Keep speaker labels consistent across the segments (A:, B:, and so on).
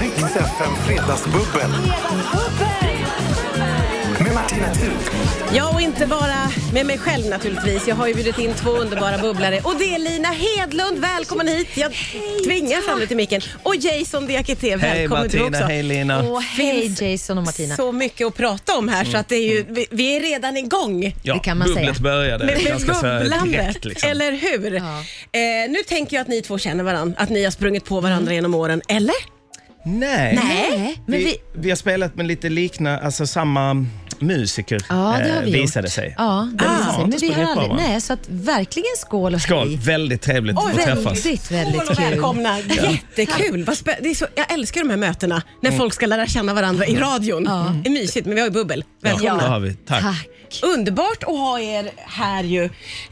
A: Rix FM Fredagsbubbel med Martina Thun.
B: Ja, och inte bara med mig själv naturligtvis. Jag har ju bjudit in två underbara bubblare. Och det är Lina Hedlund, välkommen hit. Jag tvingar fram dig till micken. Och Jason Diakité,
C: Hej
B: välkommen du
C: Martina,
B: också.
C: hej Lina.
D: Och hej Jason och Martina.
B: Så mycket att prata om här så att det är ju,
C: Mm.
B: vi, vi är redan igång.
C: Ja,
D: det kan man
C: bubblet
D: säga.
C: började
B: Med, med
C: ganska så här
B: bubblandet,
C: direkt. Liksom.
B: eller hur?
D: Ja.
B: Eh, nu tänker jag att ni två känner varandra, att ni har sprungit på varandra
D: Mm.
B: genom åren, eller?
C: Nej,
D: Nej, men
C: vi,
D: vi...
C: vi... har spelat med lite liknande, alltså samma musiker
D: Ja, det har
C: eh,
D: vi
C: visade
D: gjort.
C: sig.
D: Ja, det
B: Ah.
D: visade sig. Men vi
C: sprungit
D: har
C: på
D: aldrig...
C: varandra.
D: Nej, så att verkligen skål och
C: Skål,
D: hej.
C: väldigt trevligt att träffas.
D: Väldigt, väldigt
B: Skål och
D: kul.
B: välkomna. Jättekul. Vad spä- det är så, jag älskar de här mötena när
C: Mm.
B: folk ska lära känna varandra i radion. Det är mysigt, men vi har ju bubbel.
C: Ja, det
B: Välkomna.
C: har vi. Tack.
D: Tack.
B: Underbart att ha er här ju.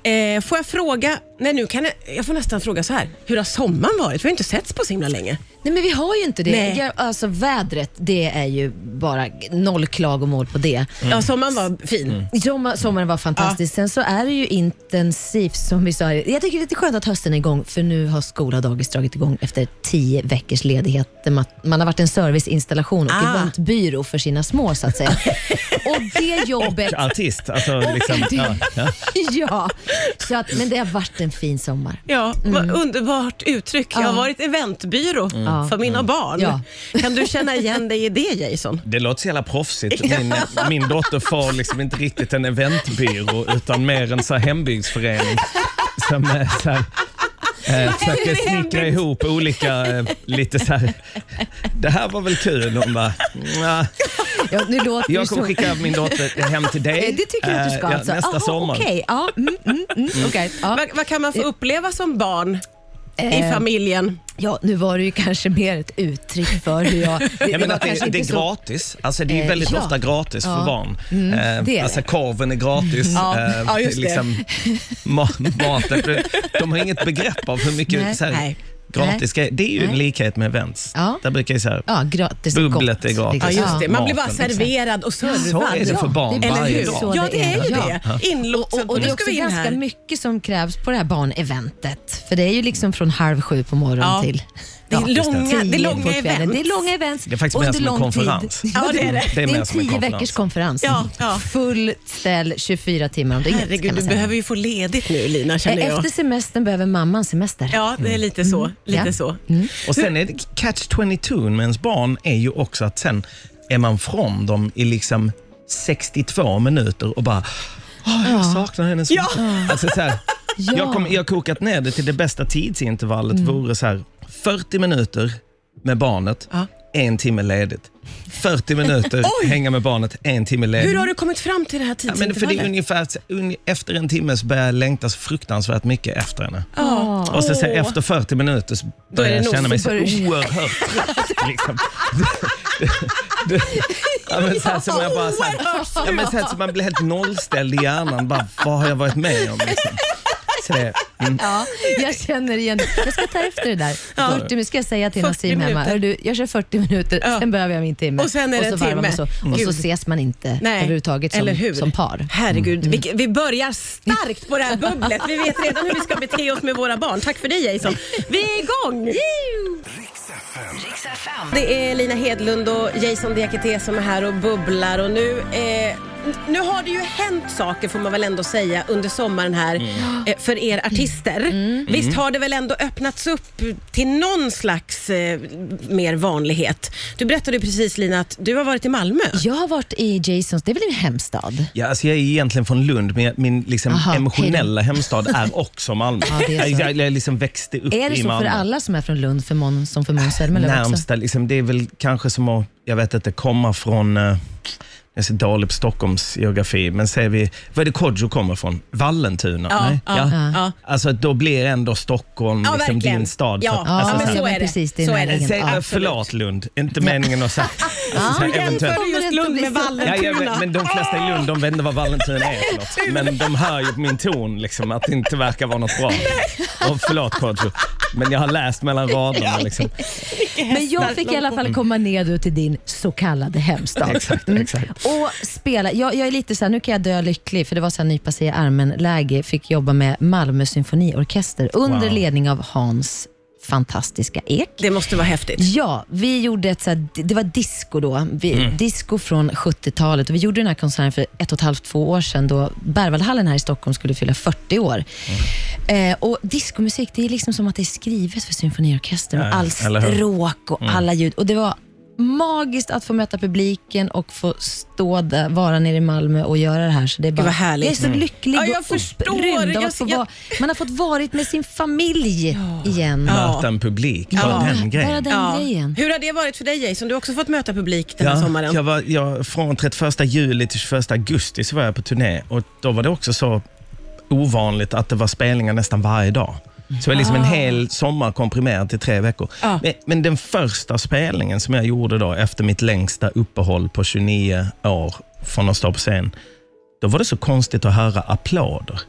B: Eh, får jag fråga, nej nu kan jag, jag får nästan fråga så här. Hur har sommaren varit? Vi har inte setts på så himla länge.
C: Mm.
D: Nej men vi har ju inte det.
B: Nej.
D: Jag- Alltså vädret, det är ju bara noll klagomål på det.
B: Ja, sommaren var fin.
C: Mm.
D: Sommar, sommaren var fantastisk. Sen så är det ju intensivt som vi sa. här. Jag tycker det är lite skönt att hösten är igång för nu har skola och dagis dragit igång efter tio veckors ledighet. där Man, man har varit en serviceinstallation och
B: Ah.
D: eventbyrå för sina små så att säga. och det jobbet
C: Artist, alltså liksom. Ja, ja.
D: ja. Så att, men det har varit en fin sommar.
B: Ja, vad underbart uttryck. Jag har varit eventbyrå
C: Mm.
B: för mina barn.
D: Mm. Ja.
B: Kan du känna igen dig i det Jason?
C: Det låter så jävla proffsigt. Min, min dotter får liksom inte riktigt en eventbyrå utan mer en så här hembygdsförening som eh, så här, eh, försöker snickra ihop olika, eh, lite så här, det här var väl kul. Hon bara, "Nja,
D: Ja, nu låter det
C: jag
D: så-
C: kommer skicka min dotter hem till dig
D: Eh, Det tycker jag att du ska
C: eh, ja,
D: alltså.
C: nästa
D: Aha,
C: sommar.
D: Okej, ja. Mm, mm, mm, okej, ja.
B: Vad, vad kan man få uppleva som barn i
D: Eh,
B: familjen?
D: Ja, nu var det ju kanske mer ett uttryck för hur jag... Det,
C: Ja,
D: det
C: men
D: var
C: att det,
D: kanske
C: det är
D: inte så-
C: gratis. Alltså, det är
D: Eh,
C: väldigt
D: ja.
C: ofta gratis för
D: Ja. Mm,
C: barn.
D: det är
C: eh,
D: det.
C: alltså, korven är gratis.
B: Ja.
C: Eh,
B: Ja, just det.
C: liksom, ma maten. De har inget begrepp av hur
D: Nej.
C: mycket så här,
B: Nej.
C: gratis grejer. Det är ju en
D: Nej.
C: likhet med events.
D: Ja.
C: Där brukar jag säga,
D: Ja, gratis och
C: Bubblet
D: gott,
C: är gratis.
B: Ja,
D: liksom.
B: just det. Man blir bara
C: Maten, liksom.
B: serverad och servad.
C: så är det för barn
D: det är
B: Eller
C: varje
B: hur?
D: precis
C: dag.
D: så
B: Ja, det är ju det.
D: Och,
B: Inlåtset.
D: och det är också ganska mycket som krävs på det här barneventet. För det är ju liksom från halv sju på morgonen
B: Ja.
D: till
B: Det är långa-
D: tio
B: det är långa
D: på kvällen.
B: event.
D: Det är långa event.
C: Det är faktiskt mer
D: under
C: som en
D: lång tid.
C: konferens.
B: Ja, det är det.
C: Det är mer
D: en
C: som en
D: tio
C: konferens.
D: veckers konferens.
B: Ja, ja.
D: Full ställ 24 timmar om dygnet.
B: Herregud,
D: kan man
B: du
D: säga. Eh,
B: behöver ju få ledigt nu Lina känner jag.
D: Efter semestern behöver mamman semester.
B: Ja, det är lite så. Lite
D: Ja. Mm.
B: så.
C: Och sen är det catch 22 med ens barn är ju också att sen är man från dem i liksom 62 minuter och bara "Åh, jag saknar henne så
B: Ja.
C: mycket." Alltså, så här,
D: Ja.
C: jag, kom, jag har kokat ner det till det bästa tidsintervallet
B: Mm.
C: vore så här, 40 minuter med barnet,
B: Ja.
C: en timme ledigt. 40 minuter hänga med barnet, en timme ledigt.
B: Hur har du kommit fram till det här
C: Ja, men för det är
B: tidsintervallet?
C: ungefär, un, efter en timme så börjar jag längta så fruktansvärt mycket efter henne.
B: Ja,
C: Och så, så här,
B: Åh.
C: efter 40 minuter så
B: är det
C: börjar jag
B: nog-
C: känna mig
D: så
C: så
D: börjar-
C: oerhört trött. Liksom. Det- det- ja, men så här, som jag bara, så här, ja, men så här, så man blir helt nollställd i hjärnan. Bara, vad har jag varit med om? Liksom. Så det, mm.
D: Ja, jag känner igen Jag ska ta efter det där. 40 minuter ska jag säga till
B: 40
D: Nassim hemma.
B: minuter.
D: Hör du, jag kör 40 minuter,
B: Ja.
D: sen behöver jag min timme.
B: Och sen är det
D: så
B: en
D: varvar man
B: timme.
D: Så. Och så
B: Gud.
D: ses man inte
B: Nej.
D: överhuvudtaget
B: Eller
D: som,
B: hur?
D: som par.
B: Herregud,
C: Mm.
B: vi, vi börjar starkt på det här bubblet. Vi vet redan hur vi ska bete oss med våra barn. Tack för det Jason. Vi är igång!
A: Rix FM.
B: Det är Lina Hedlund och Jason Diakité som är här och bubblar och nu, eh, nu har det ju hänt saker får man väl ändå säga under sommaren här
C: Mm.
B: eh, för er artister. Visst har det väl ändå öppnats upp till någon slags eh, mer vanlighet? Du berättade ju precis Lina att du har varit i Malmö.
D: Jag har varit i Jasons, det är väl min hemstad?
C: Ja, alltså jag är egentligen från Lund, men jag- min liksom
D: Aha,
C: emotionella hemstad är också Malmö.
D: Ja, det är så.
C: jag, jag, jag liksom växte upp
D: Är det
C: i
D: så
C: Malmö.
D: för alla som är från Lund för Mon, som för Måns Zelmerlöw också?
C: närmsta, liksom, det är väl kanske som att, jag vet inte, komma från, eh, jag är så dålig på Stockholms geografi, men säger vi, vad är det Kodjo kommer från? Vallentuna?
B: Ja,
C: Nej?
B: ja, ja.
C: Alltså då blir ändå Stockholm
B: Ja,
C: liksom
B: verkligen.
C: din stad.
B: Ja,
C: för att-
B: ja,
C: alltså,
B: men
C: så här-
B: så är det.
D: Precis, det är
B: Så är det.
D: näringen.
C: Säg, eh,
D: Ja.
C: förlåt Lund, inte meningen att säga. alltså, så här, eventuellt.
B: Jämför du just Lund med
C: Ja,
B: Vallentuna?
C: jag vet, men de flesta i Lund de vet inte vad Vallentuna är för något. Men de hör ju på min ton liksom, att det inte verkar vara något bra. Och förlåt Kodjo, men jag har läst mellan raderna. Liksom.
D: Men jag fick i alla fall komma ner då till din så kallade hemstad.
C: Exakt,
D: Mm.
C: exakt.
D: Och spela. Jag, jag är lite så här, nu kan jag dö lycklig, för det var så här nypa sig i armen-läge. Fick jobba med Malmö symfoniorkester under
C: Wow.
D: ledning av Hans fantastiska ek.
B: Det måste vara häftigt.
D: Ja, vi gjorde ett, så här, det var disco då. Vi,
C: Mm.
D: Disco från 70-talet. Och vi gjorde den här konserten för ett och ett halvt, två år sedan då Berwaldhallen här i Stockholm skulle fylla 40 år.
C: Mm.
D: Eh, och discomusik, det är liksom som att det är skrivet för symfoniorkester med
C: Ja,
D: all
C: eller hur? Mm.
D: stråk och alla ljud. Och det var magiskt att få möta publiken och få stå där, vara nere i Malmö och göra det här. Så det är bara,
B: vad härligt.
D: Jag är så
C: Mm.
D: lycklig
B: Ja, jag
D: och
B: förstår.
D: upprymd av
B: Jag-
D: att få
B: jag-
D: vara, man har fått varit med sin familj igen.
C: Möta en publik, bara
B: Ja.
C: den grejen.
D: Bara den
B: Ja.
D: grejen.
B: Hur har det varit för dig Jason? Du har också fått möta publik den här sommaren.
C: Jag var, jag, från 31 juli till 21 augusti så var jag på turné och då var det också så ovanligt att det var spelningar nästan varje dag. Så det var
B: Ah.
C: liksom en hel sommar komprimerad till tre veckor.
B: Ja.
C: Men, men den första spelningen som jag gjorde då efter mitt längsta uppehåll på 29 år från att stå på scen, då var det så konstigt att höra applåder.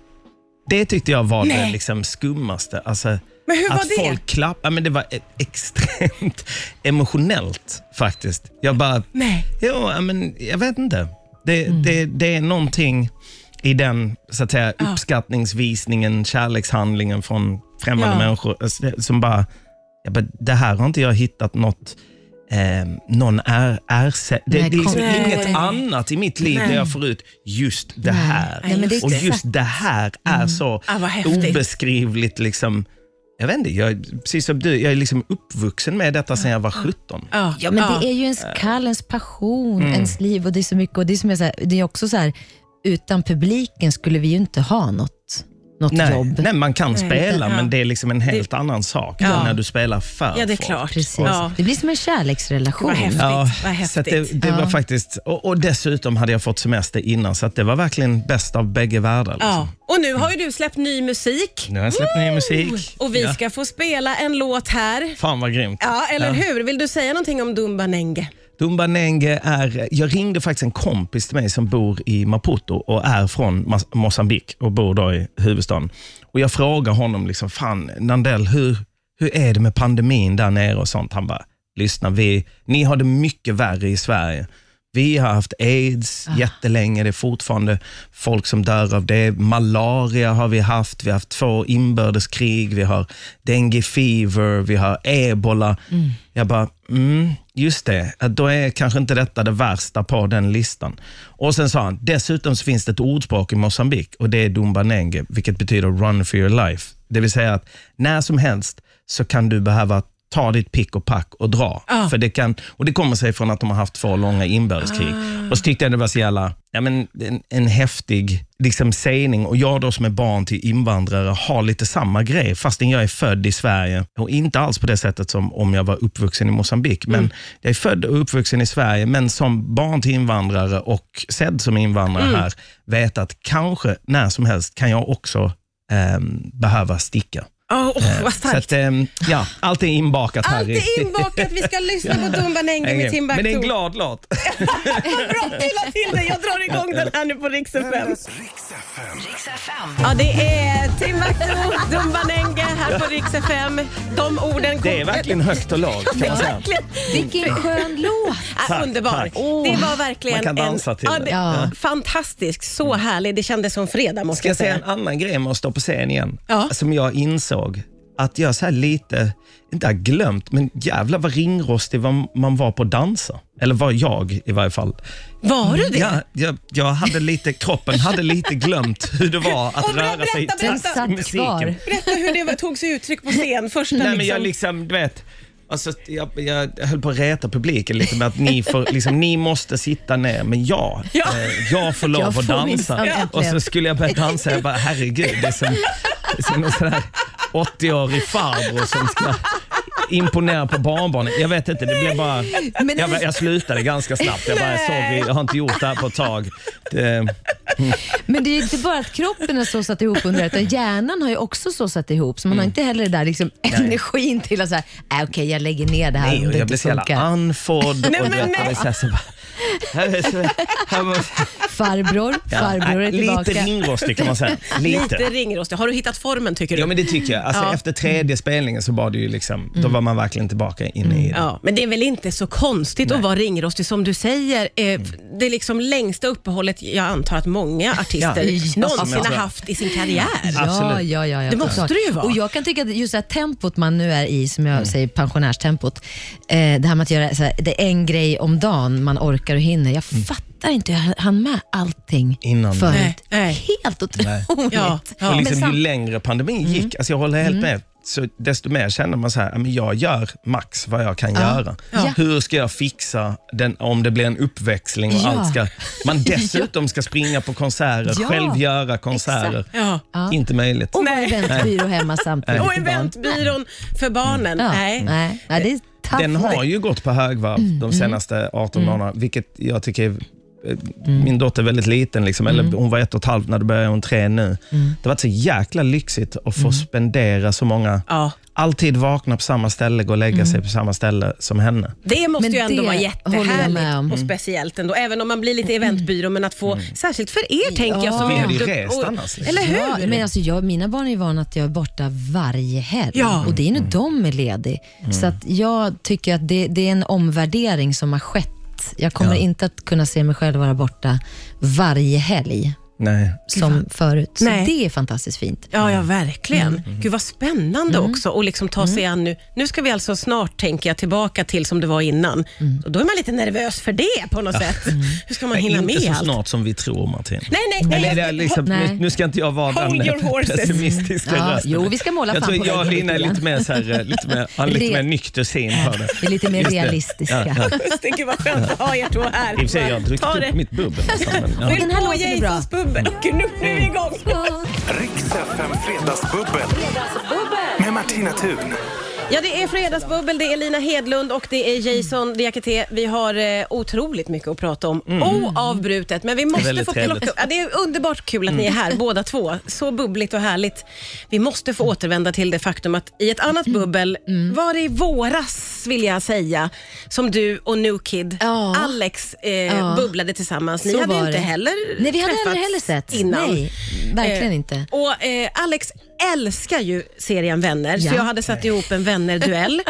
C: Det tyckte jag var det
B: Nej.
C: liksom skummaste. Alltså,
B: Men hur
C: att
B: var det?
C: folk klappade. Ja, men det var e- extremt emotionellt faktiskt. Jag bara,
B: Nej.
C: Jo, ja, men jag vet inte. Det,
D: Mm.
C: det, det är någonting i den så att säga, uppskattningsvisningen, kärlekshandlingen från främmande
B: Ja.
C: människor alltså, det- som bara, jag bara, det här har inte jag hittat något eh, någon är, erse- det,
D: Nej,
C: det är liksom
D: kom-
B: Nej.
C: inget annat i mitt liv där jag får ut just det här.
D: Nej, men det är
C: och
D: exakt. Mm.
C: just det här är så
B: Ah, vad häftigt.
C: obeskrivligt. Liksom, jag vet inte, jag, är- precis som du, jag är liksom uppvuxen med detta sedan jag var 17.
B: Ja,
D: Ja, men det är ju ens kall, ens passion,
C: Mm.
D: ens liv och det är så mycket. Och det, är som jag, så här, det är också så här, utan publiken skulle vi ju inte ha något, något
C: Nej,
D: jobb.
C: nej, man kan spela,
B: ja.
C: men det är liksom en helt annan sak än när du spelar för
B: Ja, det är
C: folk.
B: klart.
D: Precis.
B: Ja.
D: Det blir som en kärleksrelation.
B: Vad häftigt.
C: Ja,
B: Vad häftigt.
C: så att det, det var faktiskt, och, och dessutom hade jag fått semester innan, så att det var verkligen bäst av bägge världar. Liksom.
B: Ja. Och nu har ju du släppt ny musik
C: Nu har jag släppt ny musik.
B: och vi
C: Ja.
B: ska få spela en låt här.
C: Fan vad grymt.
B: Ja, eller
C: Ja.
B: hur? Vill du säga någonting om Dumba Nenge?
C: Dumba Nenge är, jag ringde faktiskt en kompis till mig som bor i Maputo och är från Mas- Mozambik och bor då i huvudstaden. Och jag frågar honom, liksom, fan Nandell, hur, hur är det med pandemin där nere och sånt? Han bara, lyssna, vi, ni har det mycket värre i Sverige. Vi har haft aids jättelänge, det är fortfarande folk som dör av det. Malaria har vi haft, vi har haft två inbördeskrig, vi har dengue fever, vi har ebola. Jag bara, mm, just det, att då är kanske inte detta det värsta på den listan. Och sen sa han, dessutom så finns det ett ordspråk i Mosambik och det är Dumba Nenge, vilket betyder run for your life. Det vill säga att när som helst så kan du behöva ta ditt pick och pack och dra. För det, kan, och det kommer sig från att de har haft två långa inbördeskrig. Och så tyckte jag det var så jävla, ja, men en, en häftig liksom, sägning. Och jag då som är barn till invandrare har lite samma grej, fastän jag är född i Sverige. Och inte alls på det sättet som om jag var uppvuxen i Mosambik. Men jag är född och uppvuxen i Sverige, men som barn till invandrare och sedd som invandrare här, vet att kanske när som helst kan jag också ehm, behöva sticka.
B: Åh, åh, vad
C: Så
B: starkt.
C: att, ehm, ja, allt är inbakat här.
B: Allt
C: i-
B: är inbakat. Vi ska lyssna på Dumba Nenge med Timbuktu.
C: Men det är en glad låt.
B: Bra, du la till det. Jag drar igång den här nu på Rix FM.
A: Riks FM.
B: Ja, det är Timbuktu, Dumba Nenge här på Rix FM. De orden kom...
C: Det är verkligen högt och lågt kan man säga.
B: Verkligen.
D: Vilken skön låt.
B: Ah,
C: Tack,
B: underbar.
C: tack. Oh,
B: Det var verkligen
C: Man kan dansa
B: en,
C: till det. Mm.
D: Ja.
B: Fantastisk, så härlig. Det kändes som fredag måste
C: Ska
B: jag
C: jag säga
B: säga.
C: en annan grej med att stå på scen igen?
B: Ja.
C: Som jag insåg att jag så här lite, inte har glömt, men jävlar vad ringrostig man- man var på att dansa. Eller var jag i varje fall.
B: Var du det?
C: Ja, jag, jag hade lite, kroppen hade lite glömt hur det var att
B: Och bra,
C: röra sig
B: berätta, berätta.
C: till
D: Den satt
C: musiken.
D: kvar.
B: Berätta hur det var, tog sig uttryck på scen. Första
C: Nej, men
B: liksom.
C: jag liksom, du vet. Alltså, jag, jag höll på att reta publiken lite med att ni, får, liksom, ni måste sitta ner, men jag,
B: Ja.
C: eh, jag får lov
D: Jag
C: att
D: får
C: dansa.
D: minsann, äntligen.
C: Och så skulle jag börja dansa, jag bara herregud, det är som, det är som en sån här 80-årig farbror som ska imponera på barnbarnen. Jag vet inte, det blev bara...
D: Men
C: jag,
D: det-
C: jag slutade ganska snabbt. Jag bara, sorry, jag har inte gjort det här på ett tag. Det,
D: Men det är ju inte bara att kroppen har såsat ihop under det, utan hjärnan har ju också såsat ihop. Så man
C: Mm.
D: har inte heller det där liksom energin till att säga, äh, okej jag lägger ner det här
C: Nej,
D: om
C: och
D: det
C: jag blev
D: inte
C: så jävla
D: funkar.
C: andfådd.
B: Nej,
C: och
B: men
C: du vet, jag
B: nej.
C: blev så här så bara, här är så- här måste-
D: Farbror, farbror
C: Nej,
D: är tillbaka.
C: Äh, Lite ringrostig kan man säga.
B: Lite
C: Lite.
B: ringrostig. Har du hittat formen tycker du?
C: Ja men det tycker jag. Alltså,
B: Ja.
C: Efter tredje spelningen så var det ju liksom, då
D: Mm.
C: var man verkligen tillbaka inne i det. Mm.
B: Ja, men det är väl inte så konstigt att vara ringrostig som du säger. Eh, det liksom längsta uppehållet jag antar att många artister
D: Ja.
B: någonsin
C: Ja.
B: har haft i sin karriär.
D: Ja,
C: Absolut.
D: ja, ja, ja,
B: Det måste
D: såklart.
B: det ju vara.
D: Och jag kan tycka att just det här tempot man nu är i, som jag
C: Mm.
D: säger pensionärstempot, eh, det här med att göra så här, det är en grej om dagen man orkar och hinner. Jag fattar inte hur jag hann med allting
C: Mm. Innan.
D: förut.
B: Nej, nej.
D: Helt otroligt.
B: Ja, ja.
C: Och
B: Men
C: liksom,
D: sam-
C: ju längre pandemin
D: Mm.
C: gick, alltså jag håller helt med, så desto mer känner man så här, "Ja, men jag gör max vad jag kan göra.
D: Ja.
C: Hur ska jag fixa den, om det blir en uppväxling och
D: Ja.
C: allt ska, man dessutom ska springa på konserter,
D: Ja.
C: själv göra konserter.
B: Ja.
C: Inte möjligt.
D: Och vår
B: Nej.
D: eventbyrå hemma samtidigt.
B: Och
D: med barn.
B: eventbyrån för barnen.
D: Ja,
B: Nej.
D: nej. Nej. Ah, det Mm. är tough
C: Den har
D: work.
C: ju gått på högvarv de senaste 18 månaderna, vilket jag tycker är eh,
D: Mm.
C: min dotter är väldigt liten, liksom, eller hon var ett och ett halvt när det började, hon är tre nu.
D: Mm.
C: Det har varit så jäkla lyxigt att få spendera så många
B: Ja.
C: alltid vakna på samma ställe, gå och lägga
D: Mm.
C: sig på samma ställe som henne.
B: Det måste
D: Men
B: ju ändå
D: det
B: vara
D: håller jag med om. Mm.
B: jättehärligt och speciellt ändå. Även om man blir lite eventbyrå, men att få,
C: Mm.
B: särskilt för er tänker jag som
D: Vi
B: är
C: hade ju
B: ute
C: rest
B: och-
C: annars, liksom.
B: Eller hur?
D: Ja, men alltså jag, mina barn är ju vana att jag är borta varje helg
B: Ja.
D: och det är
C: Mm.
D: nu de är ledig. Så att jag tycker att det, det är en omvärdering som har skett. Jag kommer inte att kunna se mig själv vara borta varje helg
C: Nej.
D: som förut. Så
B: Nej.
D: det är fantastiskt fint.
B: Ja, ja verkligen.
D: Mm.
B: Gud vad spännande också att liksom ta sig an nu. Nu ska vi alltså snart, tänker jag, tillbaka till som det var innan.
D: Mm.
B: Och då är man lite nervös för det på något sätt. Hur ska man hinna
C: inte
B: med
C: så
B: allt?
C: snart som vi tror, Martin.
B: Nej, nej,
C: Eller,
B: nej.
C: det är
B: jag-
C: liksom,
D: Nej.
C: nu, nu ska inte jag vara
B: Hold
C: den
B: your horses.
C: pessimistiska
D: Ja,
C: rösten.
D: jo, vi ska måla
C: jag
D: fan
C: tror
D: på
C: jag och
D: väggen
C: Lina är
D: lite
C: lite mer, så här, eh, lite mer, har lite
D: Re-
C: mer nykter syn på det.
D: Vi är lite mer
C: Just det.
D: realistiska.
C: Ja, ja.
B: Just det, Gud vad skönt att ha er två här.
C: I och för sig, jag har druckit
B: Ta
C: upp
B: det.
C: mitt bubbel. nästan, men, ja.
B: Fyll
D: Den här
B: på
D: låten är bra.
B: Jasons bubbel. Gud, nu nu är vi igång.
A: Riks FM Fredagsbubbel. Med Martina Thun.
B: Ja, det är Fredagsbubbel, det är Lina Hedlund och det är Jason Diakité. Vi har eh, otroligt mycket att prata om
D: Mm.
B: oavbrutet, men vi måste
C: Väldigt
B: få
C: trevligt.
B: plocka ja, Det är underbart kul att ni är
D: Mm.
B: här båda två. Så bubbligt och härligt. Vi måste få återvända till det faktum att i ett annat
D: Mm.
B: bubbel var det i våras, vill jag säga, som du och New Kid,
D: Ja.
B: Alex, eh,
D: Ja.
B: bubblade tillsammans. Ni
D: Så
B: hade ju
D: var
B: inte
D: det.
B: heller
D: Nej, vi hade
B: träffats
D: aldrig heller sett.
B: innan.
D: Nej, verkligen
B: Eh,
D: inte.
B: Och eh, Alex älskar ju serien Vänner,
D: Ja.
B: så jag hade satt ihop en vännerduell.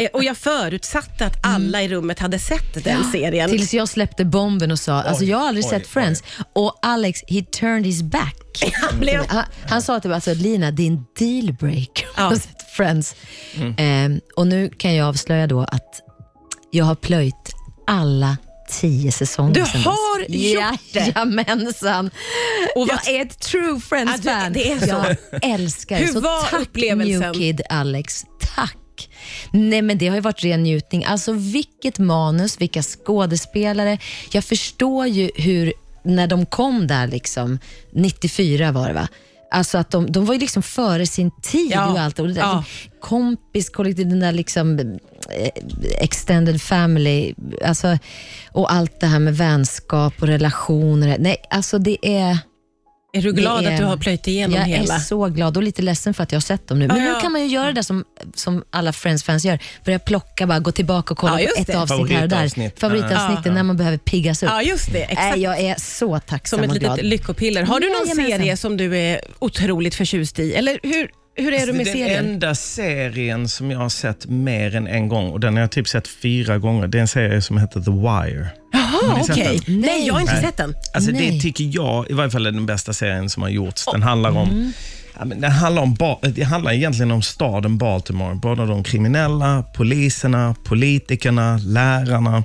B: eh, och jag förutsatte att alla i rummet hade sett den serien.
D: Tills jag släppte bomben och sa, alltså jag har aldrig
C: oj,
D: sett Friends. Och Alex, he turned his back.
B: Han blev...
D: Han, han sa typ alltså, Lina, din dealbreaker
B: Ja.
D: har sett Friends. Ehm, och nu kan jag avslöja då att jag har plöjt alla tio säsonger
B: Du
D: sedan
B: har
D: dess.
B: gjort det?
D: Jajamensan.
B: Och vad-
D: jag är ett true
B: Ja, du-
D: Friends-fan.
B: det är så.
D: Jag älskar det.
B: Hur
D: Så
B: var
D: tack
B: upplevelsen?
D: New Kid Alex. Tack. Nej men Det har ju varit ren njutning. Alltså vilket manus, vilka skådespelare. Jag förstår ju hur, när de kom där, liksom, 94 var det va? Alltså att de, de var ju liksom före sin tid
B: Ja.
D: och allt. Och det där,
B: Ja.
D: Kompis, kollektiv, den där liksom, eh, extended family alltså, och allt det här med vänskap och relationer. Nej, alltså det är...
B: Är du glad
D: Det är-
B: att du har plöjt igenom
D: Jag
B: hela?
D: är så glad och lite ledsen för att jag har sett dem nu. Men
B: Ja, ja.
D: nu kan man ju göra det som, som alla Friends-fans gör. Börja plocka, bara gå tillbaka och kolla
B: Ja, just
D: på ett
B: det.
D: avsnitt här och
C: Favoritavsnitt.
D: där. Favoritavsnitten
C: Ja.
D: när man behöver piggas upp.
B: Ja, just det. Exakt.
D: Nej, jag är så tacksam
B: som ett
D: och
B: litet
D: glad.
B: lyckopiller. Har du någon
D: Jajamensan.
B: serie som du är otroligt förtjust i? Eller hur, hur är du med
C: Alltså, den
B: serien?
C: enda serien som jag har sett mer än en gång, och den har jag typ sett fyra gånger, det är en serie som heter The Wire.
B: Jaha,
C: ni sett
B: Ah, okej.
C: den?
B: Nej, jag har inte
C: Nej.
B: sett den.
C: Alltså det
D: Nej.
C: tycker jag i varje fall är den bästa serien som har gjorts. Den handlar om
B: mm.
C: Ja, men den handlar, om ba- det handlar egentligen om staden Baltimore. Både de kriminella, poliserna, politikerna, lärarna.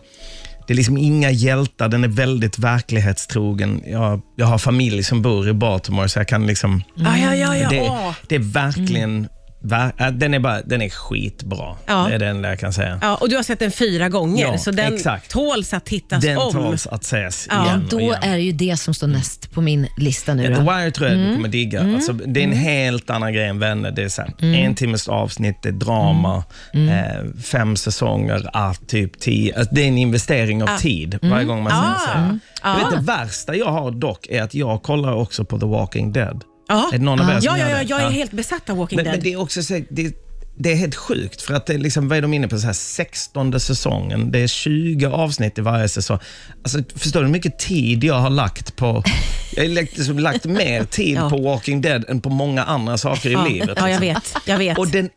C: Det är liksom inga hjältar. Den är väldigt verklighetstrogen. Jag, jag har familj som bor i Baltimore, så jag kan liksom...
B: Ja, Ah, ja, ja. ja.
C: Det,
B: Åh.
C: det är verkligen... Ver, ja, den, är bara, den är skitbra.
B: Ja.
C: Det är det enda jag kan säga.
B: Ja, och du har sett den fyra gånger,
C: Ja,
B: så den
C: exakt.
B: tåls att tittas
C: Den
B: om.
C: tåls att ses
B: Ja,
C: igen och
D: Då
C: igen.
D: är det ju det som står näst på min lista nu.
C: The
D: Då.
C: Wire tror jag
B: Mm.
C: du kommer digga. Alltså, det är en helt annan grej än Vänner. Det är så här,
B: Mm.
C: en timmes avsnitt, det är drama, Eh, fem säsonger, ah, typ tio. Alltså, det är en investering av tid varje gång man
B: Ah.
C: ser en serie. Jag
B: Ah.
C: vet, det värsta jag har dock är att jag kollar också på The Walking Dead.
B: Ja.
C: Är det någon av er som
B: Ja, ja,
C: gör
B: ja,
C: det?
B: jag är
C: Ja.
B: helt besatt av Walking
C: Men,
B: Dead.
C: men det är också så, det, det är helt sjukt, för att det är liksom, vad är de inne på? Så här, 16 säsongen, det är 20 avsnitt i varje säsong. Alltså, förstår du hur mycket tid jag har lagt på... Jag har lagt- liksom, lagt mer tid
B: Ja.
C: på Walking Dead än på många andra saker i livet.
B: Ja, jag
C: liksom.
B: vet. Jag vet.
C: Och den,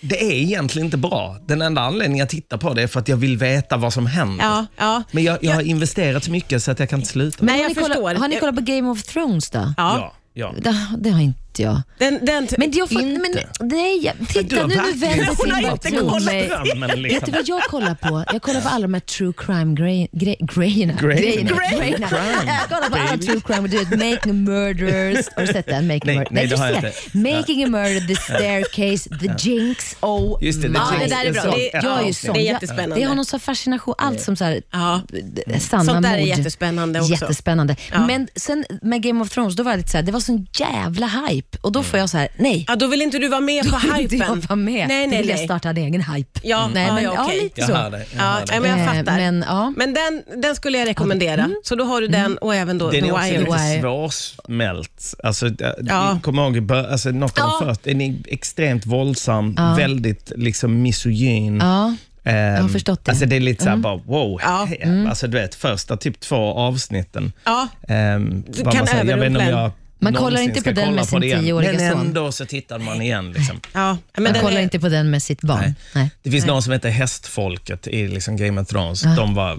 C: det är egentligen inte bra. Den enda anledningen jag tittar på det är för att jag vill veta vad som händer.
B: Ja, ja.
C: Men jag, jag har investerat så mycket så att jag kan inte sluta.
B: Men
D: har,
B: jag
D: ni kollat-
B: förstår.
D: har ni kollat på Game of Thrones då?
B: Ja.
C: Ja, ja.
D: Det, det har inte jag.
B: Den, den,
D: Men jag fatt,
C: Inte.
D: men, nej, jag,
C: Du har
D: titta nu, nu
C: verkligen
D: vänder
B: Hon har
D: Simba
B: inte
D: på
B: kollat
D: mig.
C: Drömmen,
D: Vet du
C: liksom.
D: vad jag kollar på? Jag kollar på alla de här true crime grej, grej, grejerna.
C: Grejerna.
B: Grejerna.
D: grejerna.
C: Crime,
D: Jag kollar på alla
C: baby.
D: true crime. Du vet, Making a murderers. Har du sett den? Making
C: Nej,
D: a murder.
C: nej, det har jag
D: du
C: inte.
D: ser. Making a murder, The staircase, The jinx. Oh
C: Just det, The
D: my
B: Ja, det där är
C: en
B: bra.
C: sån-
B: Det-
C: ett
D: jag är ju
C: avsnitt.
D: sån.
B: Det är
D: Jag-
B: jättespännande.
D: Det har någon sån fascination, allt som så här,
B: Ja.
D: d- sanna
B: Sånt där är
D: mord.
B: jättespännande också.
D: Jättespännande.
B: Ja.
D: Men sen med Game of Thrones, då var jag lite så här, det var sån jävla hype och då
C: Mm.
D: får jag så här, nej.
B: ja, då vill inte du vara med på
D: Då vill
B: Ah,
D: inte
B: hypen.
D: jag vara med.
B: Nej,
D: då
B: nej,
D: vill jag
B: nej.
D: starta en egen hype. Mm.
B: Ja,
D: nej,
B: ja,
D: men,
B: ja, okej.
D: lite
C: Jag
D: så.
C: hör dig. jag
B: Ja,
C: hör dig.
B: nej, men jag
D: Eh,
B: fattar.
D: men, ja.
B: Men den, den skulle jag rekommendera.
D: Mm.
B: Så då har du den och även då
C: Den
B: The
C: är också
B: Wire.
D: Wire.
C: lite svårsmält. Alltså,
B: Ja.
C: ja. Kommer ihåg i bör- alltså, något av de första. Den är extremt våldsam, väldigt liksom, misogyn.
D: Ja.
C: Ehm,
D: har förstått det.
C: Alltså, det är lite såhär bara wow.
B: Ja.
C: hej. Alltså, du vet, första typ två avsnitten.
B: Ja.
C: Ehm, vad
B: kan
C: säger, jag vet inte om
B: överrumpla en.
C: jag
D: Man kollar
C: någonsin
D: inte på
C: ska
D: den
C: kolla
D: med
C: på
D: sin
C: det igen.
D: 10-åriga
C: Men
D: son.
C: ändå så tittar man igen. Liksom.
B: Ja, men
D: Man
B: den
D: kollar
B: är,
D: inte på den med sitt barn. Nej.
C: Det finns någon som heter Hästfolket i liksom Game of Thrones. De var,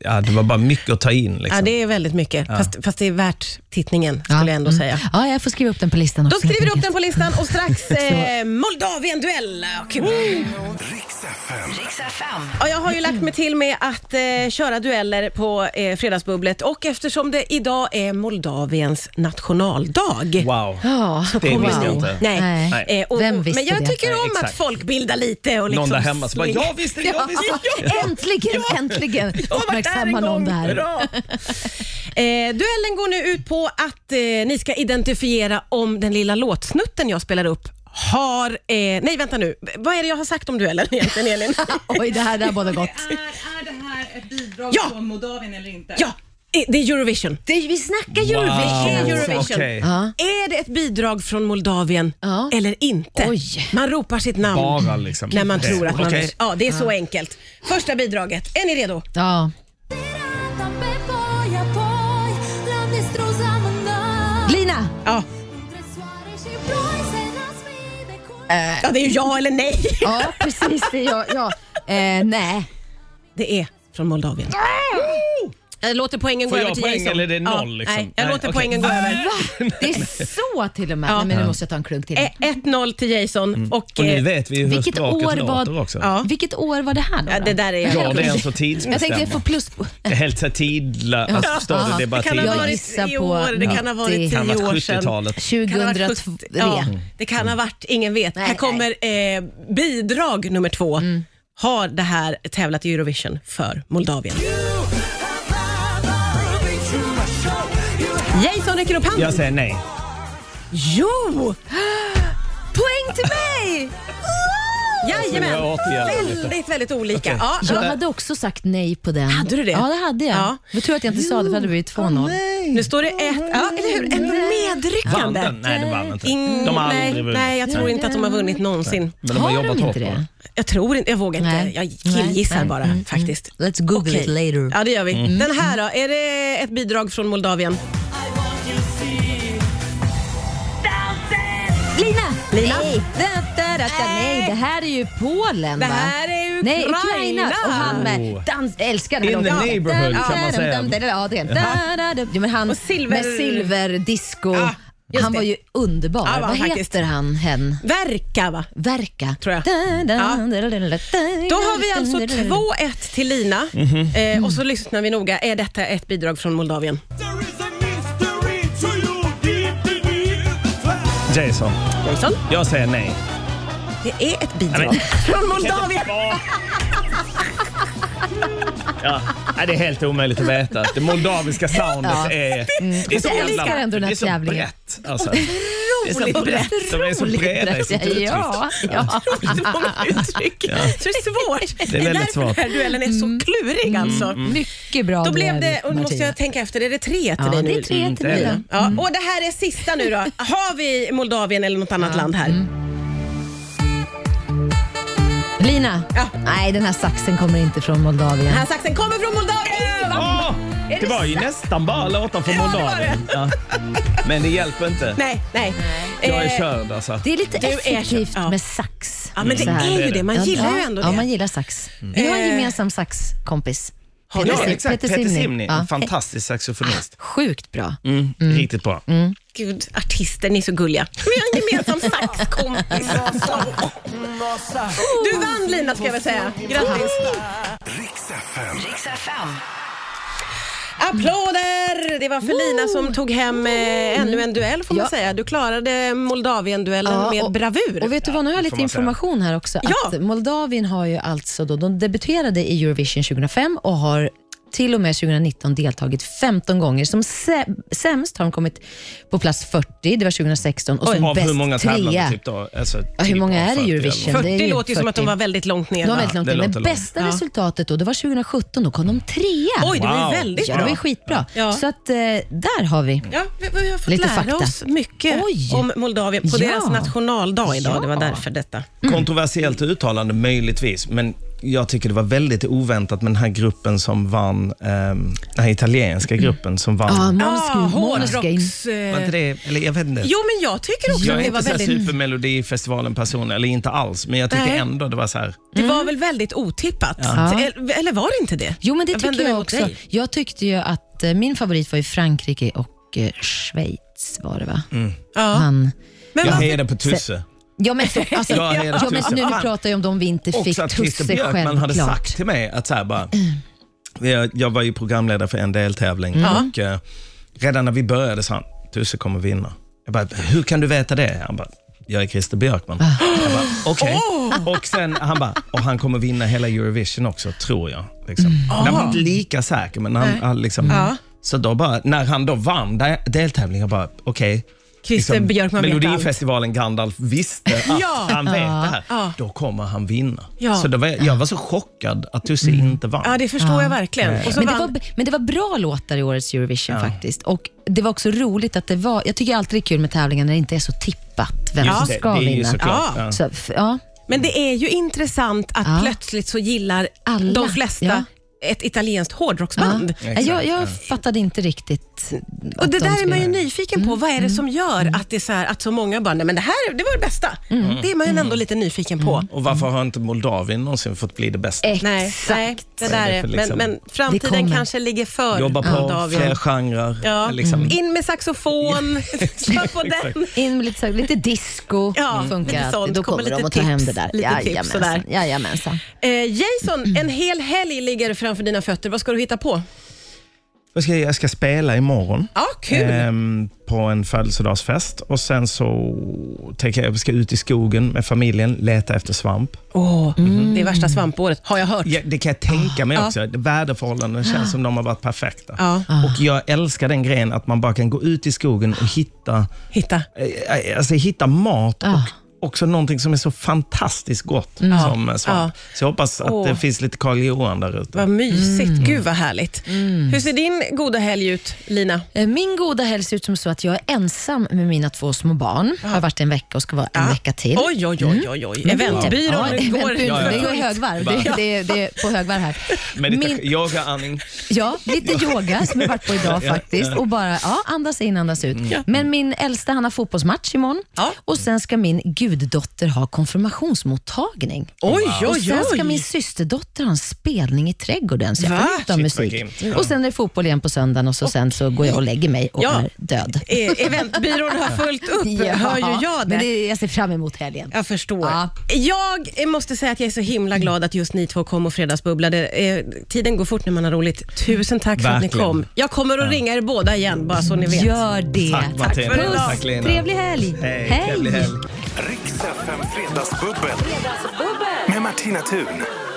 C: ja, det var bara mycket att ta in. Liksom.
B: ja, det är väldigt mycket. Fast, fast det är värt tittningen, skulle jag ändå
D: mm.
B: säga.
D: Ja, jag får skriva upp den på listan också.
B: Då skriver
D: helt
B: du upp
D: enkelt.
B: den på listan och strax eh, Moldavien-duell. Ja, Kul.
D: Mm.
A: Riks FM.
B: Ja, jag har ju lagt mig till med att eh, köra dueller på eh, Fredagsbubblet och eftersom det idag är Moldaviens nationaldag.
C: Wow.
D: Ja,
C: Det
D: wow.
C: visste jag inte.
B: Nej.
D: Nej.
B: Eh, och,
D: Vem
B: och-
D: visste
B: men jag
D: det?
B: tycker
C: Nej,
B: om att
C: exakt.
B: folkbilda lite. Och liksom
C: Någon där hemma som bara,
B: slinga-
C: jag visste det, jag visste det. jag visste det."
D: Äntligen, äntligen
C: Jag har varit där en
D: uppmärksamma
C: gång.
D: någon det här.
C: Hurra!
B: Eh, duellen går nu ut på att eh, ni ska identifiera om den lilla låtsnutten jag spelar upp har... Eh, nej, vänta nu. Vad är det jag har sagt om duellen egentligen, Elin?
D: Oj, det här, det här båda gott.
E: Är, är det här ett bidrag
B: Ja!
E: från Moldavien eller inte?
B: ja, eh, det är Eurovision.
D: Det, vi snackar
C: Wow.
D: Eurovision.
B: Det är
D: alltså.
B: Eurovision.
C: Okej.
D: Ja.
B: Är det ett bidrag från Moldavien
D: Ja.
B: eller inte?
D: Oj.
B: Man ropar sitt namn
C: Bara liksom.
B: när man
C: Det.
B: tror att man...
C: Okej.
B: Ja, det är så enkelt. Första bidraget. Är ni redo?
D: Ja. Lina!
B: Ja. ja, det är ju ja eller nej.
D: Ja, precis. Det är jag. Ja. Eh, nej.
B: Det är från Moldavien. Jag låter poängen
C: Får
B: gå
C: jag
B: över till
C: poäng
B: Jason.
C: eller är det noll, liksom?
B: Nej, jag
C: Nej,
B: låter
C: okej.
B: poängen gå över.
D: Det är så till och med.
B: Ja.
D: Nej, men nu måste jag ta en klunk till.
B: Eh, 1-0 till Jason. Och,
C: Mm. Och nu
B: eh,
C: vet vi ju hur
D: Vilket
C: språket
D: år,
C: låter
D: var,
C: också.
B: Ja.
D: vilket år var det här då?
B: ja,
D: då?
B: det där är jag.
C: Ja, det är en så
D: jag tänkte jag får
C: tidsbestämd.
D: plus... på-
C: Det är helt så tidlöst. Alltså, förstår du?
D: Ja.
C: Det är bara
B: Det kan ha
D: Jag
B: varit
D: gissar
B: tio
D: på
B: år, det kan ha
D: 90.
B: varit
D: Kan
B: tio
C: tidlöst.
B: år sedan.
C: 70-talet.
B: Kan ha varit 70
D: 2003.
B: Ja,
C: Mm.
B: det kan ha varit, ingen vet.
D: Mm. Nej, Mm.
B: här kommer eh, bidrag nummer två. Har det här tävlat i Eurovision för Moldavien? Jason räcker upp handen.
C: Jag säger nej.
B: Jo!
D: Poäng till mig!
B: Jajamän!
C: Jag återgäller lite.
B: Väldigt, väldigt olika.
C: Okej.
B: Ja,
D: Jag hade också sagt nej på den.
B: Hade du det?
D: Ja, det hade jag.
B: Ja.
D: Det var tur att jag inte sa det, för det hade blivit 2-0.
B: Nu står det ett, ja, eller hur? Ändå
C: Vann
B: medryckande.
C: den? Nej, den vann inte.
B: In-
C: De har aldrig
B: nej,
C: vunnit.
B: nej, jag tror inte att de har vunnit någonsin.
C: Men de har,
D: Har de
C: jobbat
D: inte
C: hårt på
D: det?
C: det.
B: Jag tror inte, jag vågar inte.
D: Nej.
B: Jag killgissar
D: Nej. Mm,
B: bara faktiskt.
D: Let's google
B: Okej.
D: it later. Mm.
B: Ja, det gör vi. Den här då, är det ett bidrag från Moldavien?
D: Lina!
B: Lina?
D: Nej. Da, da, da, da, nej, det här är ju Polen
B: Det
D: va?
B: här är Ukraina.
D: Nej, Ukraina! Och han
C: Oh.
D: med dans, jag älskar den här
C: In the
D: låten.
C: neighborhood,
D: Ja.
C: kan man säga.
D: Ja, det är den. Da, da, da. Ja, men han
B: Och silver-
D: med silverdisco.
B: Ja, just
D: han
B: det.
D: var ju underbar.
B: Ja, var
D: Vad
B: han faktiskt.
D: heter han, hen?
B: Verka va?
D: Verka.
B: Tror jag.
D: Da, da,
B: Ja.
D: da, da, da, da.
B: Då har vi alltså
D: Da, da, da, da.
B: 2-1 till Lina.
C: Mhm.
B: Eh, och så lyssnar vi noga. Är detta ett bidrag från Moldavien?
C: Jason,
B: Jason?
C: jag säger nej.
B: Det är ett bidrag
C: Nej,
B: från Moldavien.
C: Ja, nej, det är helt omöjligt att veta. Det moldaviska soundet
D: Ja.
C: är... Det är så
D: Jag
C: jävla-
D: älskar ändå den här
C: det är så
D: tävlingen.
C: brett. Alltså. Det är så brett. De är så
D: Roligt
C: breda i sitt
D: berättelse.
C: uttryck.
D: Ja, ja.
B: uttryck. Så det är svårt.
C: Det är väldigt
B: därför
C: svårt.
B: den här duellen är
D: Mm.
B: så klurig alltså.
D: Mycket bra
B: Då
D: duell,
B: blev det, och nu måste
D: Martina.
B: jag tänka efter, är det tre till
D: Ja,
B: dig
D: det
B: nu?
D: är tre till
C: Mm, det är
D: mig.
C: det.
B: Ja, och det här är sista nu då. Har vi Moldavien eller något annat land här?
D: Mm. Lina,
B: Ja.
D: nej den här saxen kommer inte från Moldavien.
B: Den här saxen kommer från Moldavien!
C: Åh, det var ju nästan bara låtar från
B: Ja, det var
C: Moldavien. Ja. Men det hjälper inte.
B: Nej, nej.
C: Jag är
B: Eh,
C: körd alltså.
D: Det är lite
B: Du är-
D: effektivt
B: ja.
D: med sax.
B: Ja, men det
D: Så här.
B: är ju Mm. det. Man
D: Ja,
B: gillar ju
D: ja,
B: ändå
D: Ja,
B: det. Eh.
D: man gillar sax. Vi har en gemensam saxkompis.
C: Ja,
D: Sim-
C: exakt. Peter Simning.
D: Ja.
C: En fantastisk saxofonist.
D: Sjukt bra.
C: Mm, Riktigt bra.
B: Gud, artister, ni är så gulliga. Vi har en gemensam saxkompis. Du vann Lina, ska jag väl säga. Grattis.
A: Riks FM.
B: Applåder! Det var för Lina som tog hem eh, ännu en duell får man
D: Ja.
B: säga. Du klarade Moldavien-duellen
D: Ja,
B: med bravur.
D: Och vet du vad, nu har jag
C: får
D: lite
C: man säga.
D: information här också.
B: Ja.
D: Att Moldavien har ju alltså då, de debuterade i Eurovision 2005 och har till och med 2019 deltagit 15 gånger. Som sä- sämst har de kommit på plats 40, det var 2016, och som
C: Av
D: bäst
C: hur många tävlande
D: trea.
C: typ då? Alltså,
D: Ja, hur
C: typ
D: många
C: av
D: är det i
C: 40 eller
D: Eurovision?
C: något.
D: Det är
B: 40
D: ju
B: låter ju som att de
D: 40.
B: var väldigt långt ner.
D: De var
B: va?
D: väldigt långt
C: det
D: ner, men
C: låter långt.
D: bästa
B: Ja.
D: resultatet då, det var 2017, då kom de trea.
B: Oj, det var
C: Wow.
B: ju väldigt
D: ja, det var
B: bra.
D: ju skitbra.
B: Ja.
D: Så att, eh, där har vi.
B: Ja, vi, vi har fått
D: Lite
B: lära
D: fakta.
B: oss mycket
D: Oj.
B: om Moldavien på
D: Ja.
B: deras nationaldag idag. Det var därför detta.
D: Mm.
C: Kontroversiellt uttalande möjligtvis, men jag tycker det var väldigt oväntat med den här gruppen som vann, ehm, den här italienska
B: Mm.
C: gruppen som vann.
D: Ja,
B: Ah,
D: Måneskin. Måneskin.
B: hårdrocks... eh,
C: Var inte det, eller jag vet inte.
B: Jo, men jag tycker också
C: Eh, jag
B: att
C: är
B: det
C: inte
B: var
C: så här
B: väldigt...
C: supermelodifestivalen-person, eller inte alls, men jag tycker
B: Nej.
C: ändå det var så här.
B: Det var väl väldigt otippat? Eller- Eller var det inte det?
D: Mm. Jo, men det
B: Jag
D: tycker
B: vänder mig
D: jag
B: mot
D: också.
B: dig.
D: Jag tyckte ju att eh, min favorit var ju Frankrike och eh, Schweiz var det va?
B: Ja.
D: Han.
B: Men
C: Jag
B: varför-
C: hejade på Tusse.
D: Ja men, så, alltså,
C: Ja,
D: ja,
C: hela
D: men
C: tusen.
D: nu
C: Fan.
D: pratar jag om de vi inte fick.
C: Också att Christer
D: Tusse
C: Björkman hade
D: självklart.
C: sagt till mig att så här bara, jag, jag var ju programledare för en deltävling
B: Mm.
C: och eh, redan när vi började sa han, Tusse kommer vinna. Jag bara, hur kan du veta det? Han bara, jag är Christer Björkman.
B: Ah.
C: Jag bara, Okej.
B: Oh!
C: Och sen han bara, och han kommer vinna hela Eurovision också, tror jag. Liksom.
B: Mm.
C: Han var inte
B: Ah.
C: lika säker, men han, han liksom, så då bara, när han då vann de- deltävlingen, jag bara, okej. Liksom,
B: Christer Björkman vet allt.
C: Melodifestivalen Gandalf visste att
B: Ja.
C: han vet det här
B: Ja.
C: då kommer han vinna.
B: Ja. Mm.
C: Så då var jag, jag var så chockad att Tusse inte vann.
B: Ja, det förstår jag verkligen. Och så
D: Men det,
B: vann
D: var, men det var bra låtar i årets Eurovision faktiskt. Och Det var också roligt att det var... Jag tycker alltid det är kul med tävlingar när det inte är så tippat vem
C: Just
D: som
C: det,
D: ska
C: det är ju
D: vinna.
C: såklart,
B: Ja.
C: ja.
D: Så, f- ja.
B: Men det är ju intressant att
D: Ja.
B: plötsligt så gillar
D: Alla,
B: de flesta
D: ja.
B: ett italienskt hårdrocksband.
D: Ja. Jag, jag fattade inte riktigt.
B: Och
D: att
B: Det
D: de
B: där är
D: skulle
B: man ju
D: göra. Mm.
B: nyfiken på. Vad är det som gör att, det är så här, att så många bara, nej men det här det var det bästa.
D: Mm.
B: Det är man ju ändå lite nyfiken på.
C: Och varför har inte Moldavien någonsin fått bli det bästa?
D: Exakt.
B: Nej, nej, det där
C: det
B: är,
C: för
B: men,
C: liksom-
B: men framtiden
D: kommer.
B: kanske ligger för
C: Jobba på
B: Moldavien.
C: fler genrer.
B: Ja. Mm.
C: Liksom.
B: In med saxofon, kör på
C: Exakt.
B: den.
D: In med lite, så- lite disco.
B: Ja,
D: Mm. funkar
B: lite
D: alltid.
B: sånt.
D: Då
B: Kommer
D: kommer de
B: lite
D: att ta hem
B: tips,
D: det där.
B: lite tips
D: Jajamensan.
B: sådär.
D: Jajamensan.
B: Eh, Jason,
D: Mm.
B: en hel helg ligger framför dina fötter. Vad ska du hitta på?
C: Jag, ska, jag ska spela imorgon.
B: Ja, kul!
D: Eh.
C: ehm, på en födelsedagsfest och sen så tänker jag att jag ska ut i skogen med familjen, leta efter svamp.
B: Åh,
D: Mm-hmm.
B: Det är värsta svampåret, har jag hört.
C: Ja, det kan jag tänka mig också. Väderförhållandena känns som de har varit perfekta.
B: Ah. Ja.
C: Och jag älskar den grejen att man bara kan gå ut i skogen och hitta
B: Hitta.
C: Eh, alltså hitta mat
D: Ja.
C: och också någonting som är så fantastiskt gott som eh, svamp. Så jag hoppas att
B: Åh.
C: det finns lite Karl Johan där ute.
B: Vad mysigt.
D: Mm.
B: Gud vad härligt. Hur ser din goda helg ut, Lina?
D: Eh, Min goda hälsa ser ut som så att jag är ensam med mina två små barn. Har varit en vecka och ska vara en vecka till. Mm.
B: Oj, oj, oj, oj. oj. Eventbyrån
D: Ja,
B: går...
D: eventbyrån.
C: Ja, ja.
D: Det går högvarv. Det, det, det är på högvarv här.
C: Meditation,
D: Min-
C: yoga, andning.
D: Ja, lite yoga som jag varit på idag faktiskt. Och bara ja, Mm. andas in, andas ut. Men min äldsta han har fotbollsmatch imorgon
B: Ja.
D: och sen ska min guddotter ha konfirmationsmottagning.
B: Oj,
D: Och
B: oj,
D: sen ska min
B: oj.
D: systerdotter ha en spelning i trädgården, så jag
B: Va?
D: får njuta av
C: Shit, vad
D: musik.
C: grymt. Ja.
D: Och sen är det fotboll igen på söndagen och så sen så går jag och lägger mig och
B: Ja.
D: är död.
B: Eh, Eventbyrån har fullt upp, hör ju jag det.
D: Men det, jag ser fram emot helgen.
B: Jag förstår.
D: Ja.
B: Jag eh, måste säga att jag är så himla glad att just ni två kom och fredagsbubblade. Eh, Tiden går fort när man har roligt. Tusen tack för att ni
C: Verkligen.
B: kom. Jag kommer att ringa er båda igen, bara så ni vet.
D: Gör det.
C: Tack Martina.
B: för idag.
C: Tack Lina.
D: Trevlig helg.
C: Hej, Trevlig helg.
A: Riks FM Fredagsbubbel. Med Martina Thun.